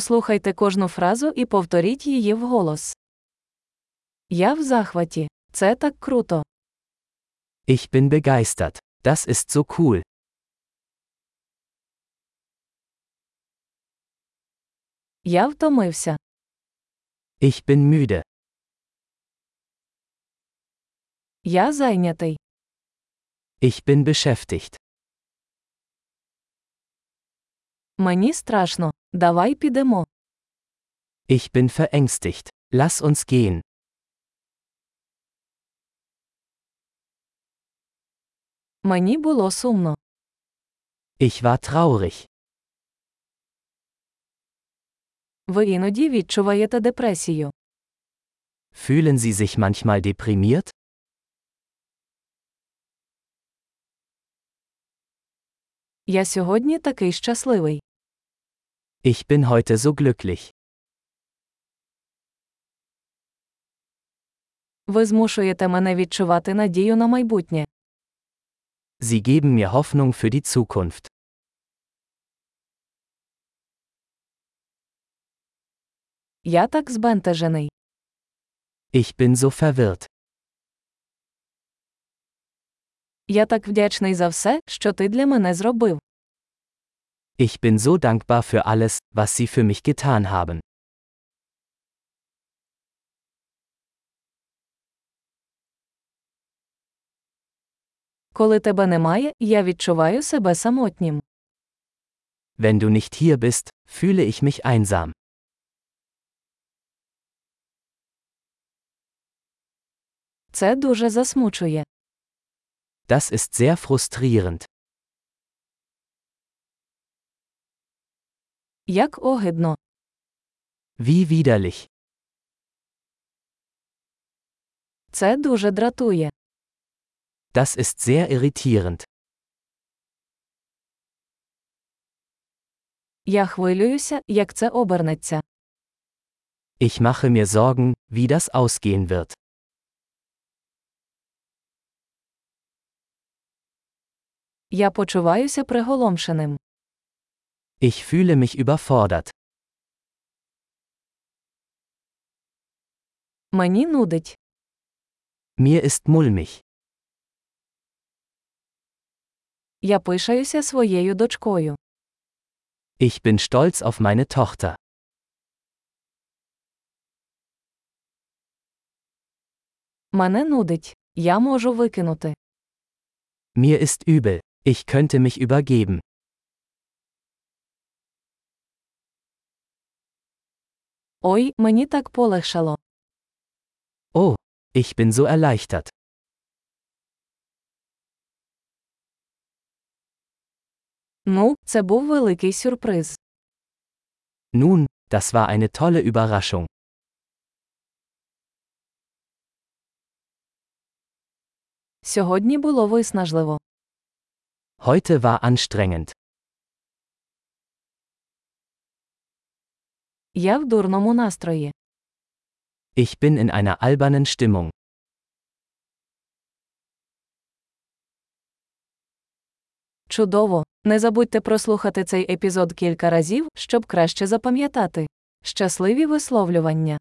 Послухайте кожну фразу і повторіть її вголос. Я в захваті. Це так круто. Ich bin begeistert. Das ist so cool. Я втомився. Ich bin müde. Я зайнятий. Ich bin beschäftigt. Мені страшно. Давай підемо. Ich bin verängstigt. Lass uns gehen. Мені було сумно. Ich war traurig. Ви іноді відчуваєте депресію. Fühlen Sie sich manchmal deprimiert? Я сьогодні такий щасливий. Ich bin heute so glücklich. Ви змушуєте мене відчувати надію на майбутнє. Sie geben mir Hoffnung für die Zukunft. Я так збентежений. Ich bin so verwirrt. Я так вдячний за все, що ти для мене зробив. Ich bin so dankbar für alles, was Sie für mich getan haben. Коли тебе немає, я відчуваю себе самотнім. Wenn du nicht hier bist, fühle ich mich einsam. Це дуже засмучує. Das ist sehr frustrierend. Як огидно. Wie widerlich. Це дуже дратує. Das ist sehr irritierend. Я хвилююся, як це обернеться. Ich mache mir Sorgen, wie das ausgehen wird. Я почуваюся приголомшеним. Ich fühle mich überfordert. Мені нудить. Mir ist mulmig. Я пишаюся своєю дочкою. Ich bin stolz auf meine Tochter. Мене нудить. Я можу викинути. Mir ist übel. Ich könnte mich übergeben. Ой, мені так полегшало. Oh, ich bin so erleichtert. Ну, це був великий сюрприз. Nun, das war eine tolle Überraschung. Сьогодні було виснажливо. Heute war anstrengend. Я в дурному настрої. Ich bin in einer albernen Stimmung. Чудово! Не забудьте прослухати цей епізод кілька разів, щоб краще запам'ятати. Щасливі висловлювання!